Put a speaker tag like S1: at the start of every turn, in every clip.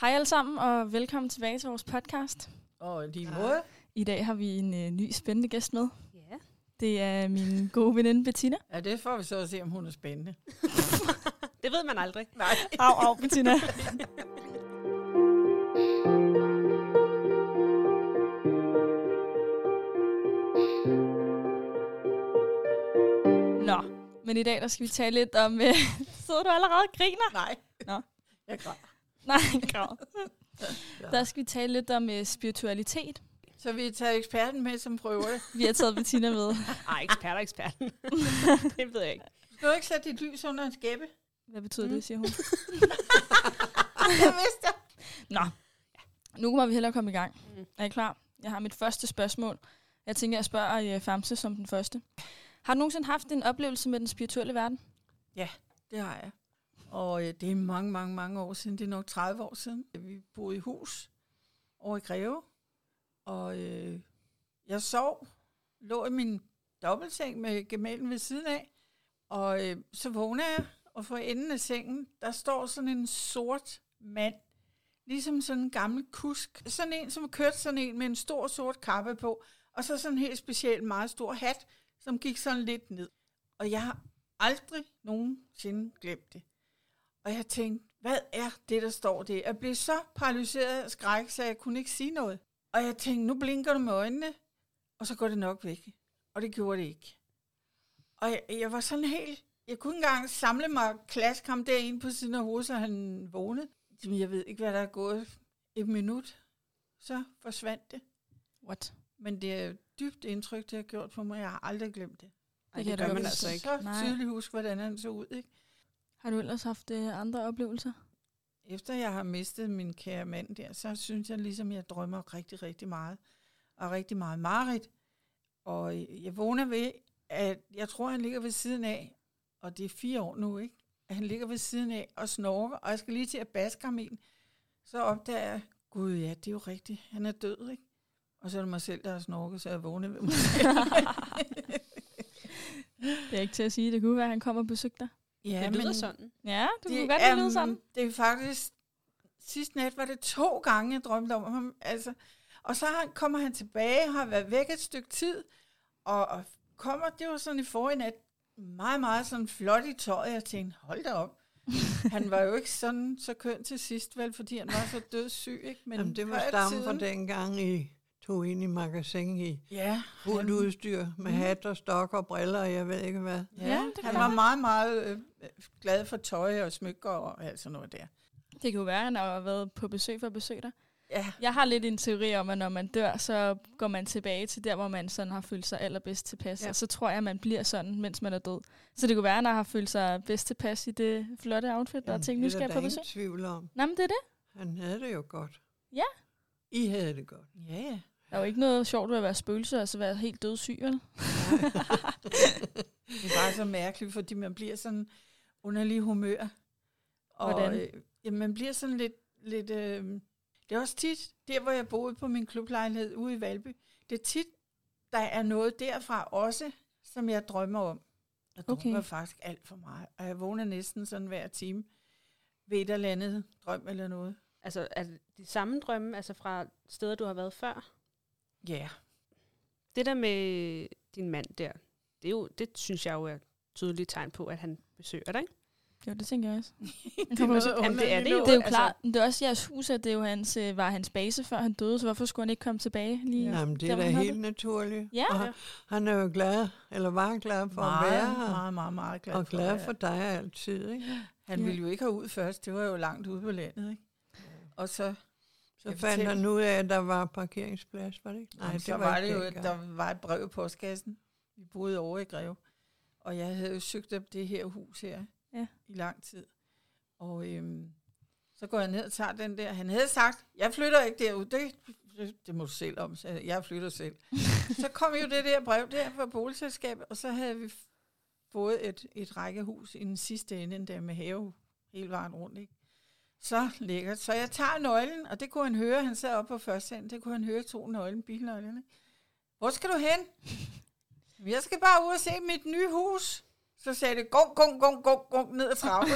S1: Hej alle sammen, og velkommen tilbage til vores podcast.
S2: Og lige måde.
S1: I dag har vi en øh, ny spændende gæst med.
S3: Ja.
S1: Det er min gode veninde Bettina.
S2: Ja, det får vi så at se, om hun er spændende.
S3: Det ved man aldrig.
S2: Nej.
S1: Au, au, Bettina. Nå, men i dag der skal vi tale lidt om... Øh, sidder du allerede og griner?
S2: Nej.
S1: Nå.
S2: Jeg græder.
S1: Nej, krav. Der skal vi tale lidt om øh, spiritualitet.
S2: Så vi tager eksperten med, som prøver det.
S1: Vi har taget Bettina med.
S3: Ej, ekspert og eksperten. det ved jeg ikke.
S2: Du har ikke sat dit lys under en skæppe.
S1: Hvad betyder mm. det, siger hun?
S2: Jeg vidste det.
S1: Nå, nu må vi hellere komme i gang.
S3: Mm.
S1: Er I klar? Jeg har mit første spørgsmål. Jeg tænker, jeg spørger øh, Famse som den første. Har du nogensinde haft en oplevelse med den spirituelle verden?
S2: Det har jeg. Og øh, det er mange, mange, mange år siden. Det er nok 30 år siden. Vi boede i hus over i Greve. Og øh, jeg sov, lå i min dobbeltseng med gemalen ved siden af. Og øh, så vågner jeg, og for enden af sengen, der står sådan en sort mand. Ligesom sådan en gammel kusk. Sådan en, som kørte sådan en med en stor sort kappe på. Og så sådan en helt speciel, meget stor hat, som gik sådan lidt ned. Og jeg har aldrig nogensinde glemt det. Og jeg tænkte, hvad er det, der står det? Jeg blev så paralyseret af skræk, så jeg kunne ikke sige noget. Og jeg tænkte, nu blinker du med øjnene, og så går det nok væk. Og det gjorde det ikke. Og jeg, jeg var sådan helt... Jeg kunne ikke engang samle mig og klaske ham derinde på siden af hovedet, så han vågnede. Jamen, jeg ved ikke, hvad der er gået. Et minut, så forsvandt det.
S1: What?
S2: Men det er et dybt indtryk, det har gjort på mig. Jeg har aldrig glemt det.
S3: Ej,
S1: kan jeg
S3: det
S1: da
S3: gør
S1: godt
S3: man
S1: forstå.
S3: altså ikke.
S2: Så
S1: Nej.
S2: tydeligt huske, hvordan han så ud, ikke?
S1: Har du ellers haft øh, andre oplevelser?
S2: Efter jeg har mistet min kære mand der, så synes jeg ligesom, jeg drømmer rigtig, rigtig meget. Og rigtig meget mareridt. Og jeg vågner ved, at jeg tror, han ligger ved siden af, og det er fire år nu, ikke? At han ligger ved siden af og snorker, og jeg skal lige til at baske ham en. Så opdager jeg, gud ja, det er jo rigtigt, han er død, ikke? Og så er det mig selv, der har snorket, så jeg vågner ved mig selv.
S1: Det er ikke til at sige. Det kunne være, at han kommer og besøgte dig.
S2: Ja,
S3: Det lyder sådan.
S1: Ja, du
S2: Det
S1: kunne godt have
S2: er-
S1: lyde sådan.
S2: Det er faktisk, sidste nat var det to gange, jeg drømte om ham. Altså, og så har- kommer han tilbage, har været væk et stykke tid, og, og kommer, det var sådan i forrige nat, meget, meget sådan flot i tøjet. Jeg tænkte, hold da op. Han var jo ikke sådan så køn til sidst, vel, fordi han var så dødssyg, ikke? Men
S4: Jamen, det var
S2: før i
S4: stammen fra
S2: tiden-
S4: dengang, I tog ind i magasin i
S2: Ja, Mhm.
S4: fuldt udstyr med hat og stok og briller og jeg ved ikke hvad.
S2: ja,
S1: Ja,
S2: ja
S1: det kan
S2: han
S1: jeg
S2: var
S1: godt.
S2: meget, meget øh, glad for tøj og smykker og alt sådan noget der.
S1: Det kunne være, at han har været på besøg for at besøge dig.
S2: Ja,
S1: Jeg har lidt en teori om, at når man dør, så går man tilbage til der, hvor man sådan har følt sig allerbedst tilpas. Ja.
S4: Ja.
S1: Og så tror jeg, at man bliver sådan, mens man er død. Så det kunne være, at han har følt sig bedst tilpas i det flotte outfit, der og
S4: Jamen,
S1: tænkt, nu
S4: det er
S1: skal jeg
S4: der
S1: på
S4: da
S1: besøg.
S4: ingen tvivl om.
S1: Nej, men det er det.
S4: Han havde det jo godt.
S1: Ja.
S4: I havde det godt.
S2: ja, ja.
S1: Der er jo ikke noget sjovt ved at være spøgelse og så være helt dødssyg, vel?
S2: Det er bare så mærkeligt, fordi man bliver sådan underlig humør. Og,
S1: Hvordan?
S2: Øh, jamen, man bliver sådan lidt... lidt øh, det er også tit, der hvor jeg boede på min klublejlighed ude i Valby, det er tit, der er noget derfra også, som jeg drømmer om. Jeg
S1: Okay.
S2: drømmer faktisk alt for meget, og jeg vågner næsten sådan hver time ved et eller andet drøm eller noget.
S3: Altså, er det de samme drømme, altså fra steder, du har været før?
S2: Ja, yeah.
S3: Det der med din mand der, det, er jo, det synes jeg jo er et tydeligt tegn på, at han besøger dig. ikke?
S1: Jo, det tænker jeg også.
S2: det
S1: kommer også-
S3: Jamen, det er
S2: underligt
S3: det jo.
S1: Det er jo
S3: altså-
S1: klart, men det er også jeres hus, at det er jo hans, øh, var hans base, før han døde, så hvorfor skulle han ikke komme tilbage lige?
S4: Ja. Jamen, det
S1: der,
S4: er
S1: hvor
S4: da
S1: han havde
S4: helt naturligt.
S1: Ja.
S4: Og han- han er jo glad, eller var glad for at
S2: meget,
S4: være
S2: meget,
S4: her.
S2: meget, meget, meget glad
S4: Og
S2: for,
S4: glad
S2: at-
S4: for dig altid, ikke?
S2: Han
S1: Ja.
S2: ville jo ikke herud først, det var jo langt ude på landet, ikke? Og så
S4: Så
S2: Jeg
S4: fandt
S2: fortæl-
S4: han ud af, at der var parkeringsplads, var det ikke?
S2: Nej, Jamen, det så var, var det jo, at
S4: dengang.
S2: der var et brev i postkassen. Vi boede over i Greve. Og jeg havde jo søgt op det her hus her
S1: Ja.
S2: i lang tid. Og øhm, så går jeg ned og tager den der. Han havde sagt, jeg flytter ikke derud. Det, det, det må du selv om. Så jeg, jeg flytter selv. så kom jo det der brev der fra boligselskabet, og så havde vi f- fået et, et rækkehus i den sidste ende endda med have hele vejen rundt. Ikke? Så lækkert. Så jeg tager nøglen, og det kunne han høre. Han sad oppe på første salen, det kunne han høre to nøglen, bilnøglerne. Hvor skal du hen? "Jamen, Jeg skal bare ud og se mit nye hus. Så sagde det gung, gung, gung, gung, gung ned ad trappen.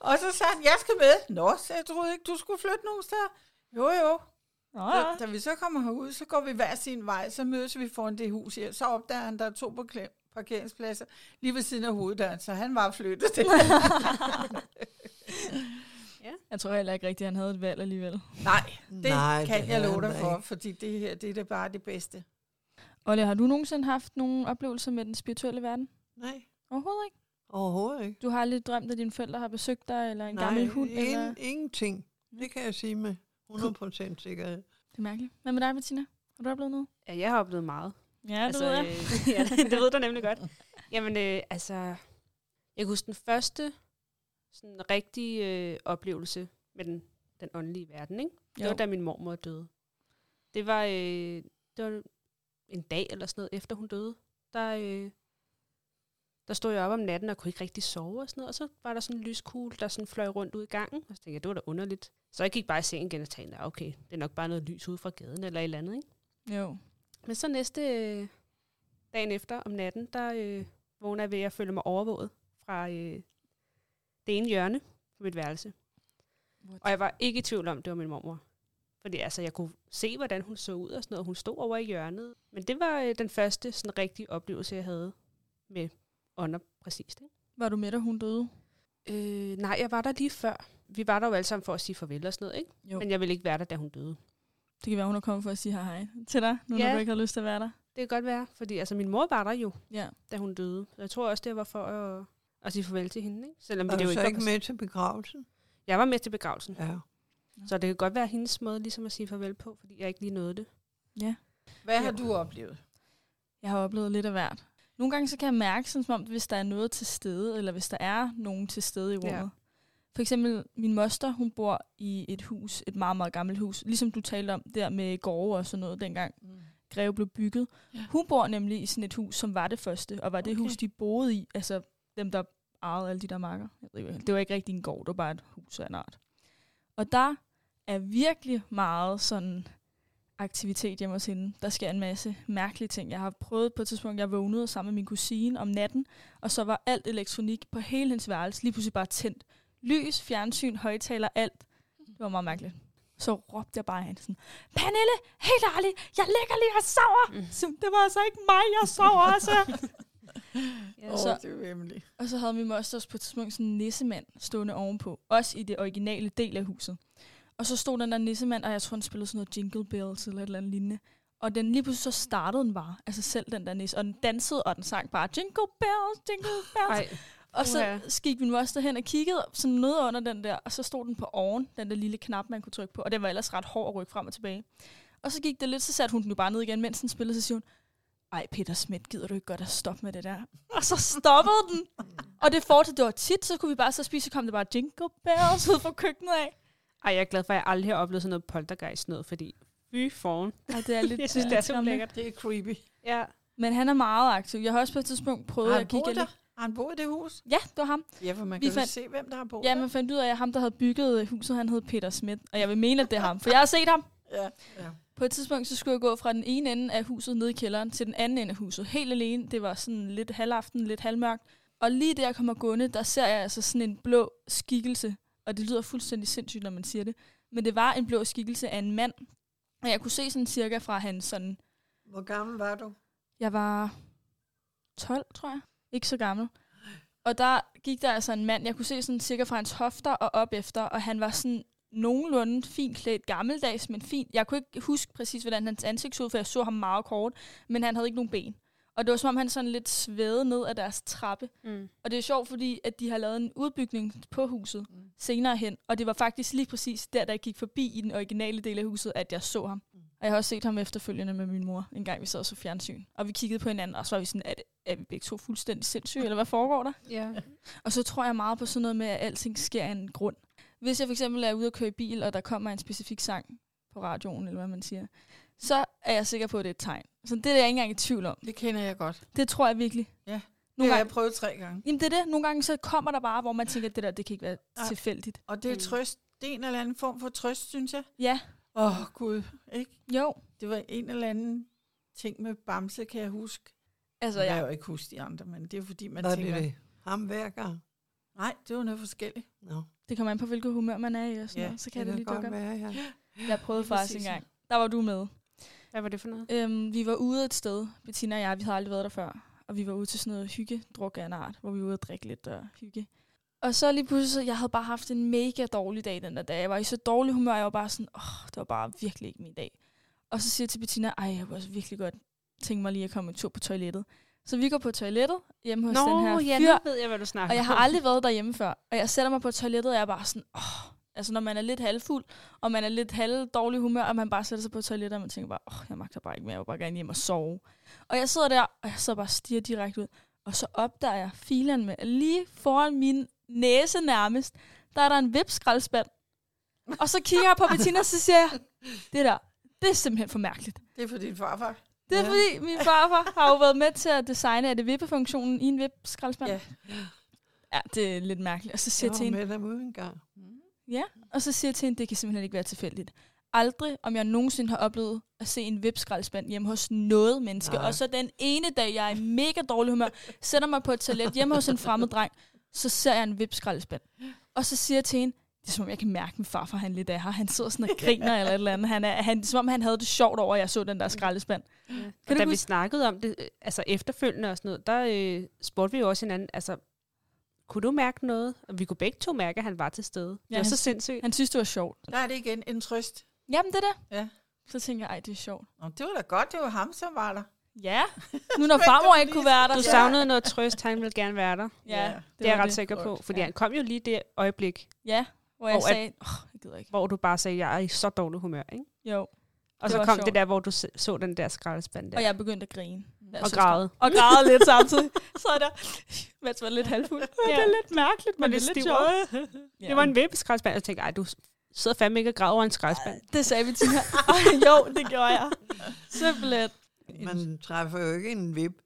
S2: og så sagde han, jeg skal med. Nå, så jeg troede ikke, du skulle flytte nogen steder. Jo, jo.
S1: Nå,
S2: Da, da vi så kommer herud, så går vi hver sin vej, så mødes vi foran det hus her. Så opdager han, der er to parkle- parkeringspladser lige ved siden af hoveddøren, så han var flyttet til.
S1: Jeg tror heller ikke rigtigt, at han havde et valg alligevel.
S2: Nej, det
S4: Nej,
S2: Nej, kan
S4: det
S2: jeg
S4: er
S2: love dig
S4: der
S2: for,
S4: ikke.
S2: fordi det her, det er da bare det bedste.
S1: Olle, har du nogensinde haft nogle oplevelser med den spirituelle verden?
S4: Nej,
S1: Overhovedet ikke.
S4: overhovedet ikke.
S1: Du har aldrig drømt, at dine forældre har besøgt dig, eller en
S4: Nej,
S1: gammel hund?
S4: ingen-
S1: Eller...
S4: ingenting. Det kan jeg sige med 100% sikkerhed.
S1: Det er mærkeligt. Hvad med dig, Bettina? Har du oplevet noget?
S3: Ja, jeg har oplevet meget.
S1: Ja,
S3: Øh, ja, det ved du nemlig godt. Jamen, øh, altså, jeg kan huske den første sådan rigtige øh, oplevelse med den, den åndelige verden, ikke? Det var, da min mormor døde. Det var, øh, det var en dag eller sådan noget, efter hun døde. Der, øh, der stod jeg op om natten og kunne ikke rigtig sove og sådan noget. Og så var der sådan en lyskugle, der sådan fløj rundt ud i gangen. Og så tænkte jeg, det var da underligt. Så jeg gik bare i seng igen og tænkte, "Nå, okay, det er nok bare noget lys ude fra gaden eller et eller andet, ikke?
S1: Jo.
S3: Men så næste øh, dagen efter om natten, der øh, vågner jeg ved at føle mig overvåget fra øh, det ene hjørne på mit værelse.
S1: What?
S3: Og jeg var ikke i tvivl om, det var min mormor. Fordi altså, jeg kunne se, hvordan hun så ud og sådan noget. Hun stod over i hjørnet. Men det var øh, den første sådan rigtige oplevelse, jeg havde med ånder præcist.
S1: Var du med, da hun døde?
S3: Ikke? Øh, nej, jeg var der lige før. Vi var der jo alle sammen for at sige farvel og sådan noget, ikke?
S1: Jo.
S3: Men jeg ville ikke være der, da hun døde.
S1: Det kan være, hun er kommet for at sige hej, hej til dig, nu når
S3: Ja.
S1: du ikke har lyst til at være der.
S3: Det kan godt være, fordi altså, min mor var der jo,
S1: Ja.
S3: da hun døde. Så jeg tror også, det var for at, at sige farvel til hende, ikke? Selvom
S4: Var
S3: det
S4: du
S3: jo
S4: så
S3: ikke,
S4: ikke
S3: var-
S4: med til begravelsen?
S3: Jeg var med til begravelsen.
S4: Ja.
S3: Så det kan godt være hendes måde ligesom at sige farvel på, fordi jeg ikke lige nåede det.
S2: Hvad
S3: Jo.
S2: har du oplevet?
S1: Jeg har oplevet lidt af hvert. Nogle gange så kan jeg mærke, sådan som om, hvis der er noget til stede, eller hvis der er nogen til stede i rummet.
S3: Ja.
S1: Ja. For eksempel min moster, hun bor i et hus, et meget, meget gammelt hus, ligesom du talte om der med gårde og sådan noget dengang. Greve blev bygget.
S2: Ja.
S1: Ja. Hun bor nemlig i sådan et hus, som var det første, og var det
S2: Okay.
S1: hus, de boede i. Altså dem, der ejede alle de der marker. Jeg ved ikke, Det var ikke rigtig en gård, det var bare et hus af en art. Og der er virkelig meget sådan aktivitet hjemme hos hende. Der sker en masse mærkelige ting. Jeg har prøvet på et tidspunkt, jeg vågnede sammen med min kusine om natten, og så var alt elektronik på hele hendes værelse lige pludselig bare tændt. Lys, fjernsyn, højtaler, alt. Det var meget mærkeligt. Så råbte jeg bare af hende sådan, Pernille, helt ærligt, jeg ligger lige og sover.
S3: Mm.
S1: Så det var altså ikke mig, jeg sover altså.
S2: Åh,
S3: Ja,
S1: så-
S2: det er jo hemmeligt.
S1: og så havde min moster også på et tidspunkt sådan en nissemand stående ovenpå, også i det originale del af huset. Og så stod den der nissemand, og jeg tror, han spillede sådan noget Jingle Bells eller et eller andet lignende. Og den lige pludselig så startede den bare, altså selv den der nisse, og den dansede, og den sang bare Jingle Bells, Jingle Bells.
S3: Ej,
S1: Og
S3: Uha.
S1: så gik min moster hen og kiggede sådan ned under den der, og så stod den på oven, den der lille knap, man kunne trykke på, og den var ellers ret hård at rykke frem og tilbage. Og så gik det lidt, så satte hun den jo bare ned igen, mens den spillede, så siger hun, ej Peter Schmidt, gider du ikke godt at stoppe med det der? Og så stoppede den. Og det fortsatte, det var tit, så kunne vi bare så spise, så kom det bare jingle bells ud fra køkkenet af.
S3: ej, jeg er glad for, at jeg aldrig har oplevet sådan noget poltergeist noget, fordi fy foran.
S1: Og det er lidt,
S3: Jeg synes, det
S1: lidt
S3: er så
S1: skræmmende.
S3: lækkert.
S2: Det er creepy.
S3: Ja.
S1: Men han er meget aktiv. Jeg har også på et tidspunkt prøvet
S2: Har
S1: at
S2: han
S1: kigge
S2: boet der?
S1: lidt-
S2: Har han boet i det hus?
S1: Ja, det var ham.
S2: Ja, for man
S1: Vi
S2: kan jo
S1: fandt-
S2: se, hvem der har boet
S1: Ja, man fandt ud af, at ham, der havde bygget øh, huset, han hed Peter Schmidt. Og jeg vil mene, at det er ham, for jeg har set ham.
S2: der. Ja. ja.
S1: På et tidspunkt, så skulle jeg gå fra den ene ende af huset ned i kælderen til den anden ende af huset. Helt alene. Det var sådan lidt halvaften, lidt halvmørkt. Og lige der jeg kommer gående, der ser jeg altså sådan en blå skikkelse. Og det lyder fuldstændig sindssygt, når man siger det. Men det var en blå skikkelse af en mand. Og jeg kunne se sådan cirka fra hans sådan...
S4: Hvor gammel var du?
S1: Jeg var 12, tror jeg. Ikke så gammel. Og der gik der altså en mand, jeg kunne se sådan cirka fra hans hofter og op efter, og han var sådan nogenlunde fint klædt, gammeldags, men fint. Jeg kunne ikke huske præcis, hvordan hans ansigt så ud, for jeg så ham meget kort, men han havde ikke nogen ben. Og det var som om, han sådan lidt svævede ned af deres trappe.
S3: Mm.
S1: Og det er sjovt, fordi at de har lavet en udbygning på huset senere hen, og det var faktisk lige præcis der, da jeg gik forbi i den originale del af huset, at jeg så ham. Og jeg har også set ham efterfølgende med min mor, en gang vi sad og så fjernsyn. Og vi kiggede på hinanden, og så var vi sådan, er, det- er vi begge to fuldstændig sindssyge, eller hvad foregår der?
S3: Ja.
S1: Og så tror jeg meget på sådan noget med, at alting sker af en grund. Hvis jeg for eksempel er ude og køre i bil, og der kommer en specifik sang på radioen, eller hvad man siger, så er jeg sikker på, at det er et tegn. Så det er jeg ikke engang i tvivl om.
S2: Det kender jeg godt.
S1: Det tror jeg virkelig.
S2: Ja. Nu
S1: Nogle
S2: har
S1: gange,
S2: jeg prøvet tre gange.
S1: Jamen det er det. Nogle gange så kommer der bare, hvor man tænker, at det der, det kan ikke være
S4: Ah.
S2: Nej.
S1: tilfældigt.
S2: Og det er
S3: Mm.
S2: trøst. Det er en eller anden form for trøst, synes jeg.
S1: Ja,
S2: Åh, oh, Gud. Ikke?
S1: jo.
S2: Det var en eller anden ting med Bamse, kan jeg huske.
S1: Altså,
S2: Så jeg kan
S1: jeg,
S2: jo ikke huske de andre, men det er jo fordi, man
S4: Var det
S2: tænker...
S4: det? Ham hver gang?
S2: Nej, det var noget forskelligt.
S4: Nå,
S1: det kommer an på, hvilket humør man er i og sådan
S2: Ja,
S1: ja, noget. Så kan
S4: det
S1: det, det
S4: kan
S1: lige dukke op.
S4: godt være, ja.
S1: Jeg prøvede
S2: Lige
S1: faktisk
S2: præcis.
S1: engang. Der var du med.
S3: Hvad var det for noget?
S1: Øhm, vi var ude et sted, Bettina og jeg, vi havde aldrig været der før. Og vi var ude til sådan noget hyggedruk af en art, hvor vi var ude og drikke lidt og hygge. Og så lige pludselig, så- jeg havde bare haft en mega dårlig dag den der dag. Jeg var i så dårlig humør, jeg var bare sådan, åh, oh, det var bare virkelig ikke min dag. Og så siger jeg til Bettina, ej, jeg kunne også virkelig godt tænke mig lige at komme en tur på toilettet. Så vi går på toilettet hjemme hos den her
S3: ja,
S1: fyr,
S3: nu ved jeg, hvad du snakker
S1: og jeg har
S3: om.
S1: aldrig været derhjemme før. Og jeg sætter mig på toilettet, og jeg er bare sådan, åh, altså når man er lidt halvfuld, og man er lidt halv dårlig humør, og man bare sætter sig på toilettet, og man tænker bare, åh, jeg magter bare ikke mere, jeg vil bare gerne hjem og sove. Og jeg sidder der, og jeg sidder bare og stiger direkte ud, og så opdager jeg filen med, at lige foran min næse nærmest, der er der en vipskraldspand. Og så kigger jeg på Bettina, og så siger jeg, det der, det er simpelthen for mærkeligt.
S2: Det er for din farfar.
S1: Det er ja.
S4: Ja.
S1: fordi, min farfar har jo været med til at designe, er det vippefunktionen i en vipskraldspand?
S2: Ja.
S1: Ja, det er lidt mærkeligt. Og så siger
S4: Jeg
S1: jeg til
S4: var
S1: hende,
S4: med dem ude en gang.
S1: Mm. Og så siger jeg til hende, det kan simpelthen ikke være tilfældigt. Aldrig, om jeg nogensinde har oplevet at se en vipskraldspand hjemme hos noget menneske. Nej.
S4: Nej.
S1: Og så den ene dag, jeg er i mega dårlig humør, sætter mig på et toilet hjemme hos en fremmed dreng, så ser jeg en vipskraldspand. Og så siger jeg til hende, det er som om, jeg kan mærke min farfar, han lidt af her. Han sidder sådan og griner eller et eller andet. Han er, han, det er som om, han havde det sjovt over, at jeg så den der skraldespand.
S3: Ja.
S1: Kan
S3: Kan
S1: du
S3: da vi
S1: huske-
S3: snakkede om det, øh, altså efterfølgende og sådan noget, der øh, spurgte vi jo også hinanden, altså, kunne du mærke noget? Og vi kunne begge to mærke, at han var til stede. Ja, det var
S1: han-
S3: så sindssygt.
S1: Han synes, det var sjovt.
S2: Der er det igen en trøst.
S1: Jamen, det er det.
S2: Ja.
S1: Så tænker jeg, ej, det er sjovt.
S2: Nå, det var da godt, det var ham, som var der.
S1: Ja, nu når farmor ikke kunne være der.
S3: Du
S1: så-
S3: savnede noget trøst, han ville gerne være der.
S1: Ja,
S2: Ja,
S3: Det er jeg
S1: var
S3: ret sikker på, fordi
S1: Ja.
S3: han kom jo lige det øjeblik,
S1: Ja, hvor jeg
S3: Hvor at-
S1: sagde, oh, jeg gider ikke.
S3: hvor du bare sagde, jeg er i så dårlig humør, ikke?
S1: Jo.
S3: Og
S1: Det
S3: så
S1: var
S3: kom
S1: sjovt.
S3: det der, hvor du se- så den der skraldespand der.
S1: Og jeg begyndte at grine. Jeg
S3: og
S1: synes,
S3: græde.
S1: Og græde lidt samtidig. Så er der, mens man er lidt halvfuld.
S3: Ja.
S1: Det er lidt mærkeligt, men,
S3: Men
S1: det
S3: det
S1: er lidt
S3: stiver.
S1: sjovt. Ja.
S3: Det var en vippeskraldspand. Jeg tænkte, ej, du sidder fandme ikke og græder over en skraldespand.
S1: Det sagde vi til her. jo, det gjorde jeg. Simpelthen.
S4: Man træffer jo ikke en vip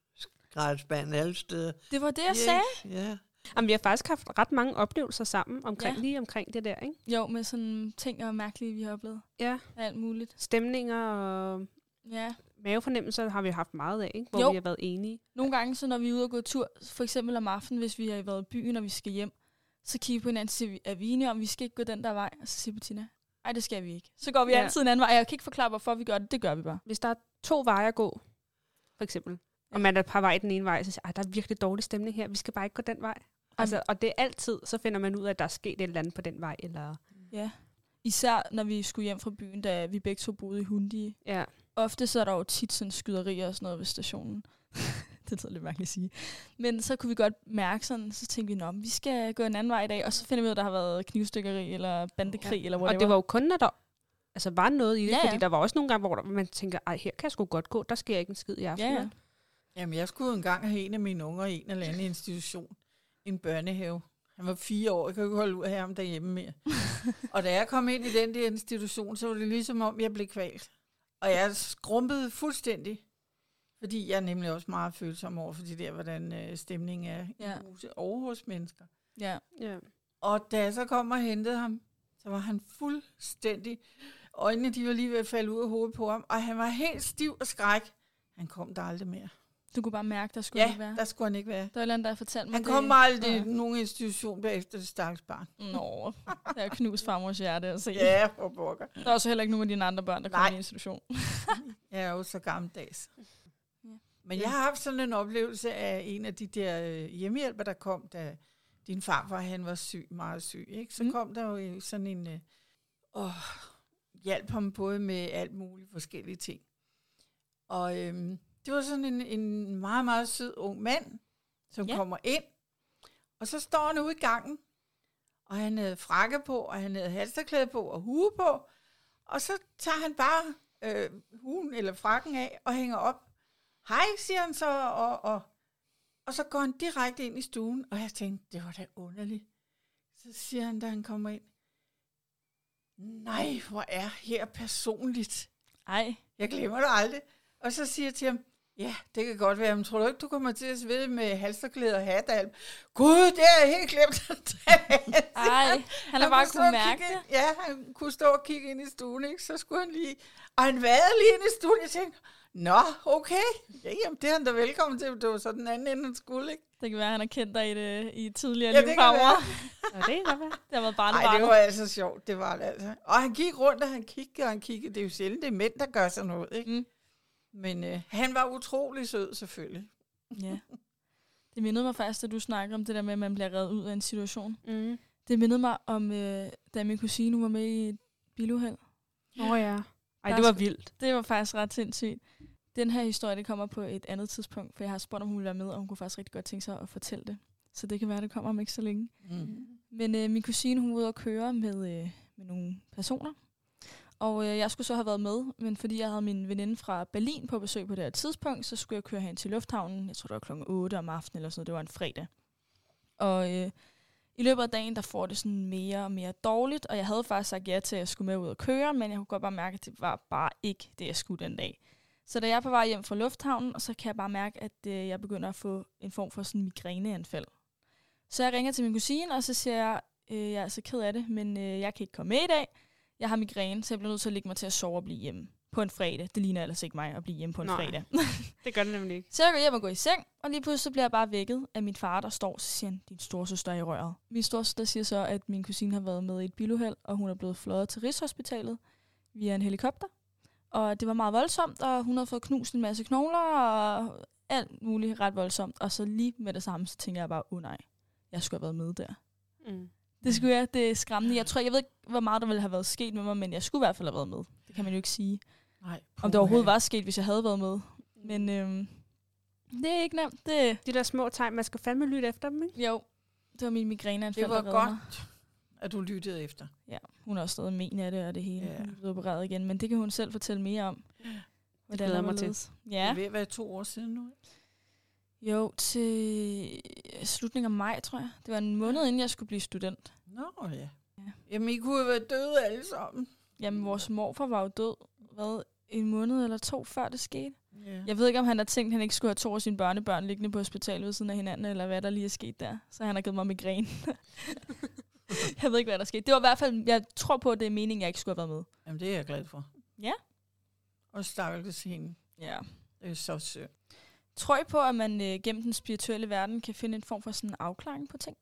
S4: skraldspand alle steder.
S1: Det var det, jeg yes. sagde.
S4: Ja,
S3: Jamen, vi har faktisk haft ret mange oplevelser sammen omkring,
S1: Ja.
S3: ja. lige omkring det der, ikke?
S1: Jo, med sådan ting og mærkelige, vi har oplevet.
S3: Ja.
S1: Alt muligt.
S3: Stemninger og
S1: Ja.
S3: mavefornemmelser har vi haft meget af, ikke? Hvor
S1: Jo.
S3: vi har været enige.
S1: Nogle gange, så når vi er ude og gå tur, for eksempel om aftenen, hvis vi har været i byen, og vi skal hjem, så kigger vi på hinanden og siger, vi, er vi enige om, vi skal ikke gå den der vej? Og så siger Bettina, nej, det skal vi ikke. Så går vi ja.
S3: Ja.
S1: altid en anden vej. Jeg kan ikke forklare, hvorfor vi gør det. Det gør vi bare.
S3: Hvis der er to veje at gå, for eksempel, og man er et par vej den ene vej, så siger jeg, "Ej, der er virkelig dårlig stemning her, vi skal bare ikke gå den vej. Altså, og det er altid, så finder man ud af, at der er sket et eller andet på den vej, eller...
S1: Især når vi skulle hjem fra byen, da vi begge to boede i Hundi.
S3: Ja,
S1: Ofte så er der jo tit sådan skyderier og sådan noget ved stationen. det lyder lidt mærkeligt at sige. Men så kunne vi godt mærke sådan, så tænkte vi, nå, men vi skal gå en anden vej i dag, og så finder vi ud af, at der har været knivstikkeri eller bandekrig ja. eller
S3: og
S1: whatever.
S3: det var jo kun, når der altså, var noget i det,
S1: Ja,
S3: ja,
S1: ja.
S3: fordi der var også nogle gange, hvor der, man tænker, ej, her kan jeg sgu godt gå, der sker ikke en skid i aften.
S1: Ja, ja.
S3: vel?"
S2: Jamen, jeg skulle jo engang have en af mine unger i en eller anden institution. En børnehave. Han var fire år, jeg kan jo ikke holde ud af ham derhjemme mere. og da jeg kom ind i den der institution, så var det ligesom om, jeg blev kvalt. Og jeg skrumpede fuldstændig. Fordi jeg er nemlig også meget følsom over for det der, hvordan øh, stemningen er
S1: Ja.
S2: ja. i huset og hos mennesker.
S1: ja.
S3: Ja.
S2: Og da jeg så kom og hentede ham, så var han fuldstændig... Øjnene de var lige ved at falde ud af hovedet på ham, og han var helt stiv og skræk. Han kom der aldrig mere.
S1: Du kunne bare mærke, der skulle
S2: Ja,
S1: ikke være. Der,
S2: der skulle han ikke være.
S1: var et eller andet, der fortalte mig
S2: Han
S1: det.
S2: kom aldrig
S1: Ja.
S2: i nogen institution bagefter det stakkels barn.
S1: Nå, der er knust farmors hjerte at se.
S2: Ja, for pokker.
S1: Der er også heller ikke nogen af dine andre børn, der kommer
S2: Nej.
S1: i institution.
S2: Jeg er jo så gammeldags.
S1: Mm. Ja.
S2: Men jeg har haft sådan en oplevelse af en af de der øh, hjemmehjælpere, der kom, da din farfar han var syg, meget syg. Ikke? Så
S1: Mm.
S2: mm. kom der jo øh, sådan en, øh, og hjalp ham både med alt muligt forskellige ting. Og øhm, det var sådan en, en meget, meget sød ung mand, som
S1: Ja.
S2: ja. kommer ind, og så står han ude i gangen, og han havde frakke på, og han havde halsterklæde på, og hue på, og så tager han bare øh, huen eller frakken af og hænger op. Hej, siger han så, og, og, og så går han direkte ind i stuen, og jeg tænkte, det var da underligt. Så siger han, da han kommer ind, nej, hvor er her personligt.
S1: Ej,
S2: Jeg glemmer det aldrig. Og så siger jeg til ham, ja, det kan godt være, men tror du ikke, du kommer til at svede med halsterklæde og hatdalm? Gud, det har jeg helt glemt.
S1: ej. Han har bare
S2: kunne stå
S1: kunne
S2: og
S1: mærke
S2: kigge
S1: det.
S2: ind- Ja, han kunne stå og kigge ind i stuen, ikke? Så skulle han lige... Og han vadede lige ind i stuen, jeg tænkte, Nå, okay. Ja, jamen, det er han da velkommen til. Det var så den anden ende, han skulle, ikke?
S1: Det kan være, at han har kendt dig i, det, i tidligere
S2: Ja,
S1: ja,
S2: det
S1: liv
S2: kan
S1: fremover.
S3: Og det kan godt være.
S1: Det har været barnebarn.
S2: Nej, det var altså sjovt, det var det altså. Og han gik rundt, og han kiggede, og han kiggede. Det er jo sjældent, det er mænd, der gør sådan noget, ikke?
S1: Mm.
S2: Men øh, han var utrolig sød, selvfølgelig.
S1: Ja. Det mindede mig faktisk, at du snakker om det der med, at man bliver reddet ud af en situation.
S3: Mm.
S1: Det mindede mig om, øh, da min kusine hun var med i et biluheld.
S3: Nå oh, ja. Ej,
S1: Der
S3: det
S1: er
S3: var vildt.
S1: Det var faktisk ret sindssygt. Den her historie, det kommer på et andet tidspunkt, for jeg har spurgt, om hun ville være med, og hun kunne faktisk rigtig godt tænke sig at fortælle det. Så det kan være, det kommer om ikke så længe.
S2: Mm.
S1: Men øh, min kusine, hun var ude at køre med, øh, med nogle personer. Og øh, jeg skulle så have været med, men fordi jeg havde min veninde fra Berlin på besøg på det her tidspunkt, så skulle jeg køre hen til lufthavnen. Jeg tror, det var klokken 8 om aftenen eller sådan noget. Det var en fredag. Og øh, i løbet af dagen, der får det sådan mere og mere dårligt, og jeg havde faktisk sagt ja til, at jeg skulle med ud og køre, men jeg kunne godt bare mærke, at det var bare ikke det, jeg skulle den dag. Så da jeg er på vej hjem fra lufthavnen, og så kan jeg bare mærke, at øh, jeg begynder at få en form for sådan migræneanfald. Så jeg ringer til min kusine, og så siger jeg, øh, jeg er så ked af det, men øh, jeg kan ikke komme med i dag. Jeg har migræne, så jeg bliver nødt til at lægge mig til at sove og blive hjemme på en fredag. Det ligner ellers ikke mig at blive hjemme på en
S3: Nej.
S1: fredag.
S3: Det gør det nemlig ikke.
S1: Så jeg går hjem og går i seng, og lige pludselig bliver jeg bare vækket af min far, der står, så siger han, din storsøster er i røret. Min storsøster siger så, at min kusine har været med i et biluheld, og hun er blevet fløjet til Rigshospitalet via en helikopter. Og det var meget voldsomt, og hun havde fået knust en masse knogler, og alt muligt ret voldsomt. Og så lige med det samme, så tænker jeg bare, oh nej, jeg skulle have været med der.
S3: Mm.
S1: Det skulle jeg, det er skræmmende. Jeg tror, jeg ved ikke, hvor meget der ville have været sket med mig, men jeg skulle i hvert fald have været med. Det kan man jo ikke sige.
S2: Nej,
S1: Om det overhovedet var sket, hvis jeg havde været med. Men øhm, det er ikke nemt. Det,
S3: De der små tegn, man skal fandme lytte efter dem, ikke?
S1: Jo, det var min migræne,
S2: Det var godt, at du lyttede efter.
S1: Ja, hun har stadig men af det og det hele.
S2: Ja.
S1: Yeah. Hun er blevet opereret igen, men det kan hun selv fortælle mere om. Hvordan
S3: glæder
S1: og
S3: mig til.
S1: hvorledes.
S2: Ja. Det er
S1: Ja,
S2: ved at være to år siden nu. ikke?
S1: jo, til slutningen af maj, tror jeg. Det var en måned, inden jeg skulle blive student.
S2: Nå ja.
S1: Ja.
S2: Jamen, I kunne jo være døde alle sammen.
S1: Jamen, vores morfar var jo død, hvad, en måned eller to før det skete.
S2: Ja.
S1: Jeg ved ikke, om han har tænkt, at han ikke skulle have to af sine børnebørn liggende på hospitalet ved siden af hinanden, eller hvad der lige er sket der. Så han har givet mig migræne. jeg ved ikke, hvad der skete. Det var i hvert fald, jeg tror på, at det er meningen, jeg ikke skulle have været med.
S2: Jamen, det er jeg glad for.
S1: Ja.
S2: Og stakkels hende. øh,
S1: Ja. Yeah.
S2: Det er så sødt.
S1: Tror I på, at man øh, gennem den spirituelle verden kan finde en form for sådan en afklaring på ting?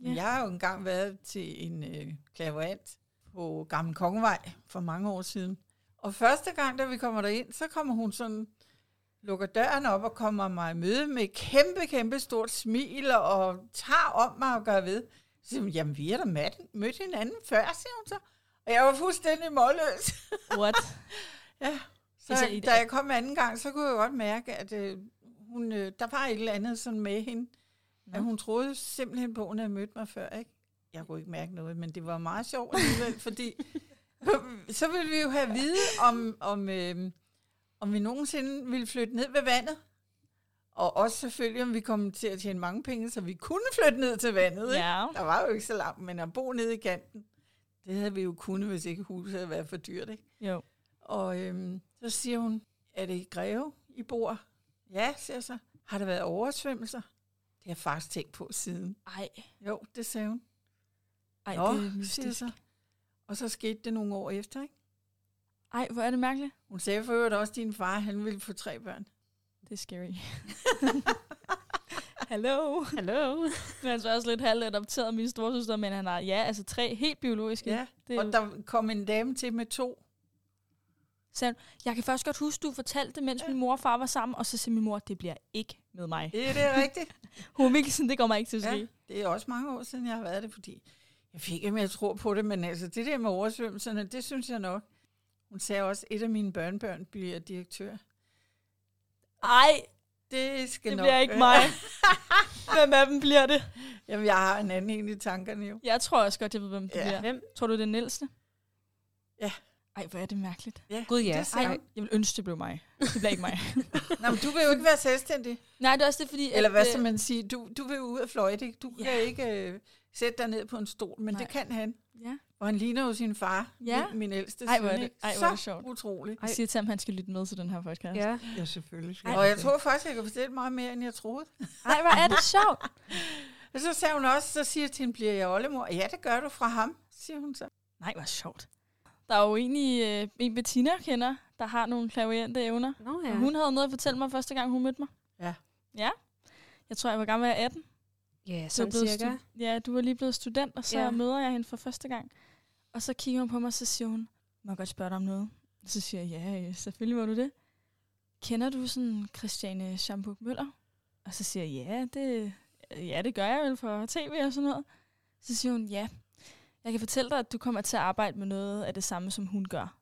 S1: Ja.
S2: Ja. Jeg har jo engang været til en øh, klaverant på Gamle Kongevej for mange år siden. Og første gang, da vi kommer derind, så kommer hun sådan, lukker døren op og kommer mig i møde med et kæmpe, kæmpe stort smil og tager om mig og gør ved. Så siger hun, jamen vi har da mad- mødt hinanden før, siger hun så. Og jeg var fuldstændig målløs.
S1: What?
S2: Så
S1: Altså, i-
S2: da jeg kom anden gang, så kunne jeg godt mærke, at øh, hun, øh, der var et eller andet sådan med hende. At
S1: Nå.
S2: hun troede simpelthen på, at hun havde mødt mig før, ikke? Jeg kunne ikke mærke noget, men det var meget sjovt alligevel, fordi øh, så ville vi jo have at vide, om, om, øh, om vi nogensinde ville flytte ned ved vandet. Og også selvfølgelig, om vi kom til at tjene mange penge, så vi kunne flytte ned til vandet. Ikke?
S1: ja.
S2: Der var jo ikke så langt, men at bo nede i kanten, det havde vi jo kunnet, hvis ikke huset havde været for dyrt. Ikke?
S1: Jo.
S2: Og øhm, så siger hun, er det i Greve, I bor? Ja, siger jeg så. Har der været oversvømmelser? Det har jeg faktisk tænkt på siden.
S1: Ej,
S2: Jo, det sagde hun.
S1: ej
S2: Nå,
S1: det er
S2: siger jeg
S1: mystisk.
S2: så. Og så skete det nogle år efter, ikke?
S1: Ej, hvor er det mærkeligt.
S2: Hun sagde for øvrigt også, at din far, han ville få tre børn.
S1: Det er scary. Hallo.
S3: Hallo.
S1: Nu er han så også lidt halvt adopteret af min storsøster, men han har, ja, altså tre helt biologiske.
S2: Ja,
S1: Det er
S2: og
S1: jo-
S2: der kom en dame til med to.
S1: Så han- jeg kan først godt huske, du fortalte det, mens min mor og far var sammen, og så siger min mor, det bliver ikke med mig.
S2: Det er det rigtigt.
S1: Hun Mikkelsen, det kommer ikke til at ske.
S2: ja, det er også mange år siden, jeg har været det, fordi jeg fik ikke mere tro på det, men altså det der med oversvømmelserne, det synes jeg nok. Hun sagde også, at et af mine børnebørn bliver direktør.
S1: Ej,
S2: Det skal
S1: det
S2: nok
S1: bliver ikke
S2: være.
S1: mig. Hvem af dem bliver det?
S2: Jamen, jeg har en anden en i tankerne jo.
S1: Jeg tror også godt, jeg ved, hvem det
S2: Ja.
S1: bliver.
S3: Hvem?
S1: Tror du, det er den ældste?
S2: Ja.
S1: Ej, hvor er det mærkeligt.
S2: Ja,
S3: Gud, ja.
S2: Det sagde
S1: Ej,
S2: hun.
S1: jeg vil ønske, det blev mig. Det bliver ikke mig.
S2: Nå, men du vil jo ikke være selvstændig.
S1: Nej, det er også det, fordi... at,
S2: Eller hvad
S1: øh,
S2: skal man sige? Du, du vil jo ud og fløjte. ikke? Du
S1: Ja.
S2: ja. kan ikke øh, sætte dig ned på en stol, men Nej.
S1: Nej.
S2: det kan han.
S1: Ja.
S2: Og han ligner jo sin far,
S1: Ja.
S2: min, min ældste
S1: Ej, hvor er
S2: søn,
S1: det-
S2: ikke?
S1: ej, hvor
S2: Så
S1: er det sjovt.
S2: utroligt.
S1: Jeg siger til ham, han skal lytte med til den her podcast.
S3: Ja.
S4: Ja, selvfølgelig. skal
S2: Ej,
S4: jeg
S2: og jeg
S4: det.
S2: tror faktisk, jeg kan fortælle meget mere, end jeg troede.
S1: Ej, hvor er det sjovt.
S2: Og så sagde hun også, så siger jeg til hende, bliver jeg oldemor? Ja, det gør du fra ham, siger hun så.
S1: Nej, hvor sjovt. Der er jo egentlig øh, en Bettina kender, der har nogle klaviante evner.
S3: Nå
S1: Ja.
S3: ja.
S1: Og hun havde noget at fortælle mig første gang, hun mødte mig.
S2: Ja.
S1: Ja. Jeg tror, jeg var gammel af 18.
S3: Ja,
S1: Så
S3: sådan
S1: blev
S3: cirka.
S1: stu- ja, du var lige blevet student, og så
S3: Ja.
S1: ja. møder jeg hende for første gang. Og så kigger hun på mig, og så siger hun, må jeg godt spørge dig om noget? Så siger jeg, ja, øh, selvfølgelig må du det. Kender du sådan Christiane Schamburg Møller? Og så siger jeg, ja, det, ja, det gør jeg vel for tv og sådan noget. Så siger hun, ja, jeg kan fortælle dig, at du kommer til at arbejde med noget af det samme, som hun gør.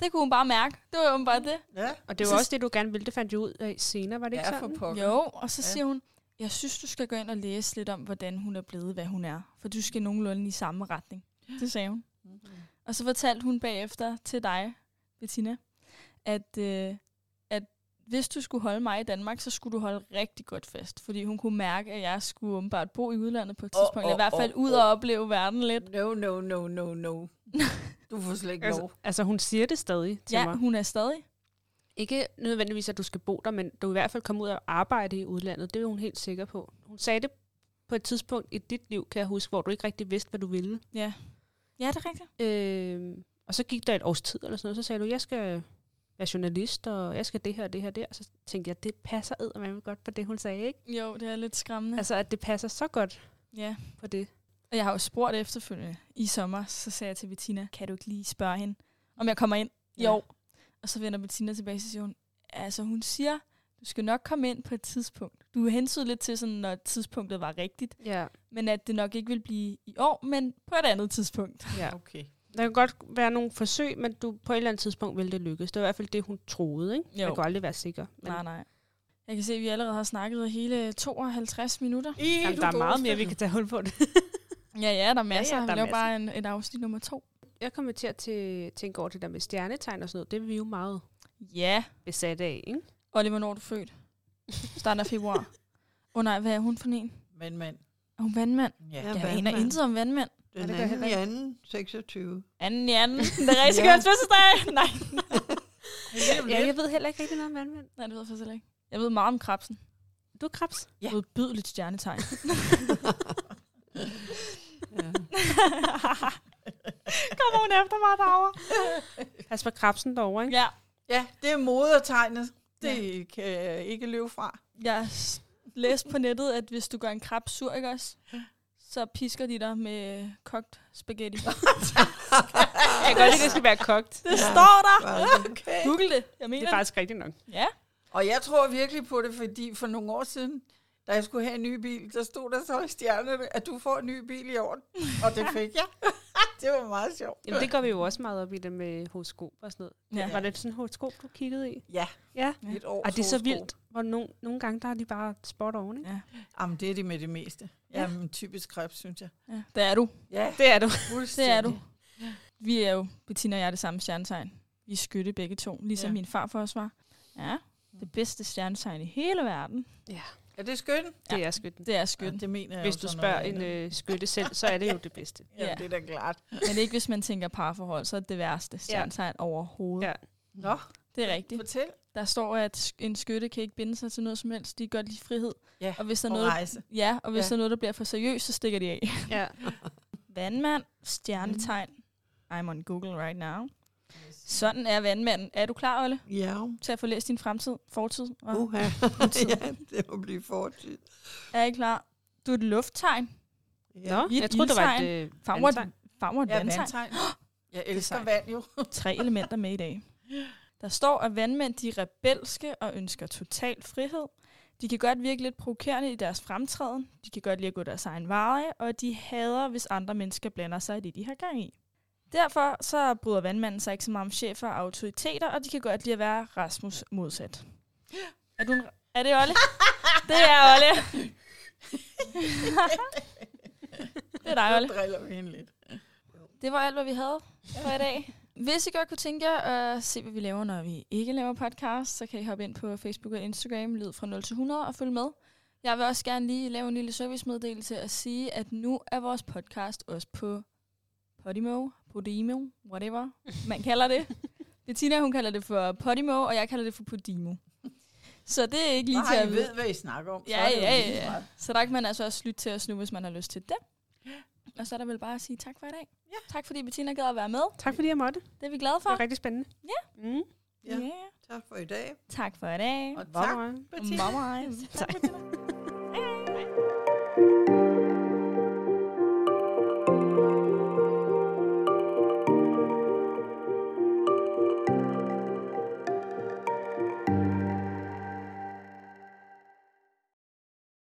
S1: Det kunne hun bare mærke. Det var jo bare
S3: Mm.
S1: det.
S2: Ja,
S3: Og det var
S1: Så-
S3: også det, du gerne ville. Det fandt du ud af senere, var det ikke
S2: ja for
S3: sådan?
S2: pokker.
S1: Jo, og så
S2: Ja.
S1: siger hun, jeg synes, du skal gå ind og læse lidt om, hvordan hun er blevet, hvad hun er. For du skal nogenlunde i samme retning. Det sagde hun.
S2: Mhm.
S1: Og så fortalte hun bagefter til dig, Bettina, at, øh, at hvis du skulle holde mig i Danmark, så skulle du holde rigtig godt fast. Fordi hun kunne mærke, at jeg skulle åbenbart bo i udlandet på et
S2: Åh,
S1: tidspunkt. Oh, oh,
S2: åh,
S1: I hvert fald
S2: åh,
S1: ud
S2: åh.
S1: og opleve verden lidt.
S2: No, no, no, no, no. Du får slet ikke lov.
S3: Altså, altså, hun siger det stadig til
S1: Ja,
S3: mig.
S1: hun er stadig.
S3: Ikke nødvendigvis, at du skal bo der, men du i hvert fald komme ud og arbejde i udlandet. Det er hun helt sikker på. Hun sagde det på et tidspunkt i dit liv, kan jeg huske, hvor du ikke rigtig vidste, hvad du ville.
S1: Ja, det er rigtigt.
S3: Øh, og så gik der et års tid eller sådan noget, så sagde du, jeg skal være journalist, og jeg skal det her, det her, der. Så tænkte jeg, det passer ud, og man godt på det, hun sagde, ikke?
S1: Jo, det er lidt skræmmende. Altså,
S3: Altså, at det passer så godt
S1: ja.
S3: på det.
S1: Og jeg har jo spurgt efterfølgende i sommer, så sagde jeg til Bettina, kan du ikke lige spørge hende, om jeg kommer ind i
S2: Ja.
S1: år? Og så vender Bettina tilbage, så siger hun, altså hun siger, du skal nok komme ind på et tidspunkt. Du hentede lidt til, sådan, når tidspunktet var rigtigt,
S3: Ja,
S1: men at det nok ikke ville blive i år, men på et andet tidspunkt.
S3: ja.
S2: Okay.
S3: Der kan godt være nogle forsøg, men du på et eller andet tidspunkt vil det lykkes. Det var i hvert fald det, hun troede, ikke?
S1: Jo.
S3: Jeg kunne aldrig være sikker. Men
S1: Nej, nej. Jeg kan se, at vi allerede har snakket hele 52 minutter.
S2: I,
S3: Jamen,
S2: du
S3: der er meget
S2: godeste.
S3: mere, vi kan tage hul på det.
S1: Ja, ja, der er masser.
S3: ja,
S1: Ja,
S3: der
S1: ja,
S3: er
S1: vi laver bare en, et afsnit nummer to.
S3: Jeg kommer til at tæ- tænke over det der med stjernetegn og sådan noget. Det er vi jo meget
S1: Ja.
S3: besat af, ikke?
S1: Oliver, hvornår er du født? Starten af februar. Åh oh, nej, hvad er hun for en?
S2: Men mand.
S1: Er hun vandmand?
S2: Ja.
S4: Ja.
S1: Jeg
S4: vandmand.
S1: aner intet om vandmand.
S3: Ja,
S4: Den
S3: det gør jeg
S4: anden i
S3: heller
S4: anden, 26.
S1: Anden i anden. Det er rigtig
S4: Ja.
S1: godt fødselsdag. Nej.
S2: Det er jo
S3: Ja,
S2: lidt.
S3: jeg ved heller ikke rigtig noget om vandmænd.
S1: Nej, det ved jeg faktisk heller ikke. Jeg ved meget om krebsen.
S3: Du er krebs.
S1: Ja. Jeg ved bydeligt stjernetegn.
S4: Ja.
S1: Kom hun efter mig derovre.
S3: Pas på krebsen derovre, ikke?
S1: Ja.
S2: Ja, det er modertegnet. Det kan jeg ikke løbe fra.
S1: Jeg s- læste på nettet, at hvis du gør en krebs sur, ikke også? Så pisker de dig med kogt spaghetti.
S3: Jeg kan godt lide, at det skal være kogt.
S1: Det står der!
S4: Var det?
S2: Okay.
S1: Google det. Jeg
S3: Det
S1: mener
S3: er faktisk rigtigt nok.
S1: det. Ja.
S2: Og jeg tror virkelig på det, fordi for nogle år siden, da jeg skulle have en ny bil, der stod der så i stjernerne, at du får en ny bil i år. Og det fik jeg. det var meget sjovt.
S3: Jamen, det går vi jo også meget op i det med horoskop og sådan noget.
S1: Ja.
S3: Ja. Var det sådan et horoskop, du kiggede i?
S2: Ja,
S3: Ja.
S2: et år.
S3: Og det er så vildt, hvor nogle, nogle gange, der er de bare spot on, ikke?
S2: Jamen, det er det med det meste. Jamen, typisk krebs, synes jeg.
S1: ja. Det er du.
S2: Ja,
S3: Det er du.
S1: Det
S2: fuldstændig.
S1: er du. Vi er jo, Bettina og jeg, er det samme stjernetegn. Vi er skytte begge to, ligesom ja.
S2: Ja.
S1: min far for os var. Ja. Det bedste stjernetegn i hele verden,
S2: Er det skønt?
S3: Det er skytten.
S1: det er
S2: Ja,
S1: skytten.
S2: det mener jeg
S3: Hvis
S2: jo
S3: du
S2: så
S3: spørger
S2: noget
S3: en
S2: andet.
S3: øh, skytte selv, så er det jo det bedste.
S2: Jamen,
S1: Ja.
S2: det er da klart.
S1: Men ikke hvis man tænker parforhold, så er det det værste stjernetegn ja. overhovedet.
S3: Ja.
S1: Ja.
S2: Nå,
S1: Det er rigtigt.
S2: fortæl.
S1: Der står, at sk- en skytte kan ikke binde sig til noget som helst. De kan godt lide frihed.
S2: Ja,
S1: og hvis der er
S2: Og
S1: noget,
S2: rejse.
S1: ja, og hvis
S2: Ja.
S1: ja. der er noget, der bliver for seriøst, så stikker de af.
S3: Ja.
S1: Vandmand, stjernetegn.
S2: Mm.
S1: I'm on Google right now. Sådan er vandmanden. Er du klar, Olle,
S4: Ja,
S1: til at få læst din fremtid, fortid? Og
S2: Uh.
S4: uha.
S1: Fortid.
S4: ja, det må blive fortid.
S1: Er I klar? Du er et lufttegn.
S3: Nå,
S4: Ja.
S1: Vi er
S3: jeg
S1: et
S3: troede, det var et
S1: ildtegn.
S3: øh,
S1: Farmor
S3: vandtegn.
S1: farmor et
S2: Ja,
S1: vandtegn.
S2: vandtegn. Jeg elsker
S1: sejt.
S2: vand jo.
S1: Tre elementer med i dag. Der står, at vandmænd de er rebelske og ønsker total frihed. De kan godt virke lidt provokerende i deres fremtræden. De kan godt lide at gå deres egen veje, og de hader, hvis andre mennesker blander sig i det, de har gang i. Derfor så bryder vandmanden sig ikke så meget om chefer og autoriteter, og de kan godt lide at være Rasmus modsat. Er, du en, er det Olle? Det er Olle. det er dig, Olle.
S2: Nu driller vi hende lidt.
S1: Det var alt, hvad vi havde for i dag. Hvis I godt kunne tænke jer at se, hvad vi laver, når vi ikke laver podcast, så kan I hoppe ind på Facebook og Instagram, lyd fra 0 til 100 og følge med. Jeg vil også gerne lige lave en lille servicemeddelelse og sige, at nu er vores podcast også på Podimo, Podimo, whatever man kalder det. Bettina, hun kalder det for Podimo, og jeg kalder det for Podimo. Så det er ikke lige
S2: Bare
S1: til
S2: I
S1: at
S2: ved, hvad I snakker om. så
S1: Ja,
S2: er det jo
S1: ja,
S2: lige
S1: ja.
S2: meget.
S1: så der kan man altså også lytte til os nu, hvis man har lyst til det. Og så er der vel bare at sige tak for i dag. Ja. Tak fordi Bettina gad at være med.
S3: Tak fordi jeg måtte.
S1: Det er vi glade
S3: Det
S1: for.
S3: var rigtig spændende. Ja. Mm.
S4: Ja.
S1: Ja. Yeah.
S4: Tak for i dag.
S1: Tak for i dag.
S2: Og tak,
S3: Hvor meget?
S2: Bettina.
S1: Bye bye.
S2: Tak, Bettina.
S1: Hej. hej.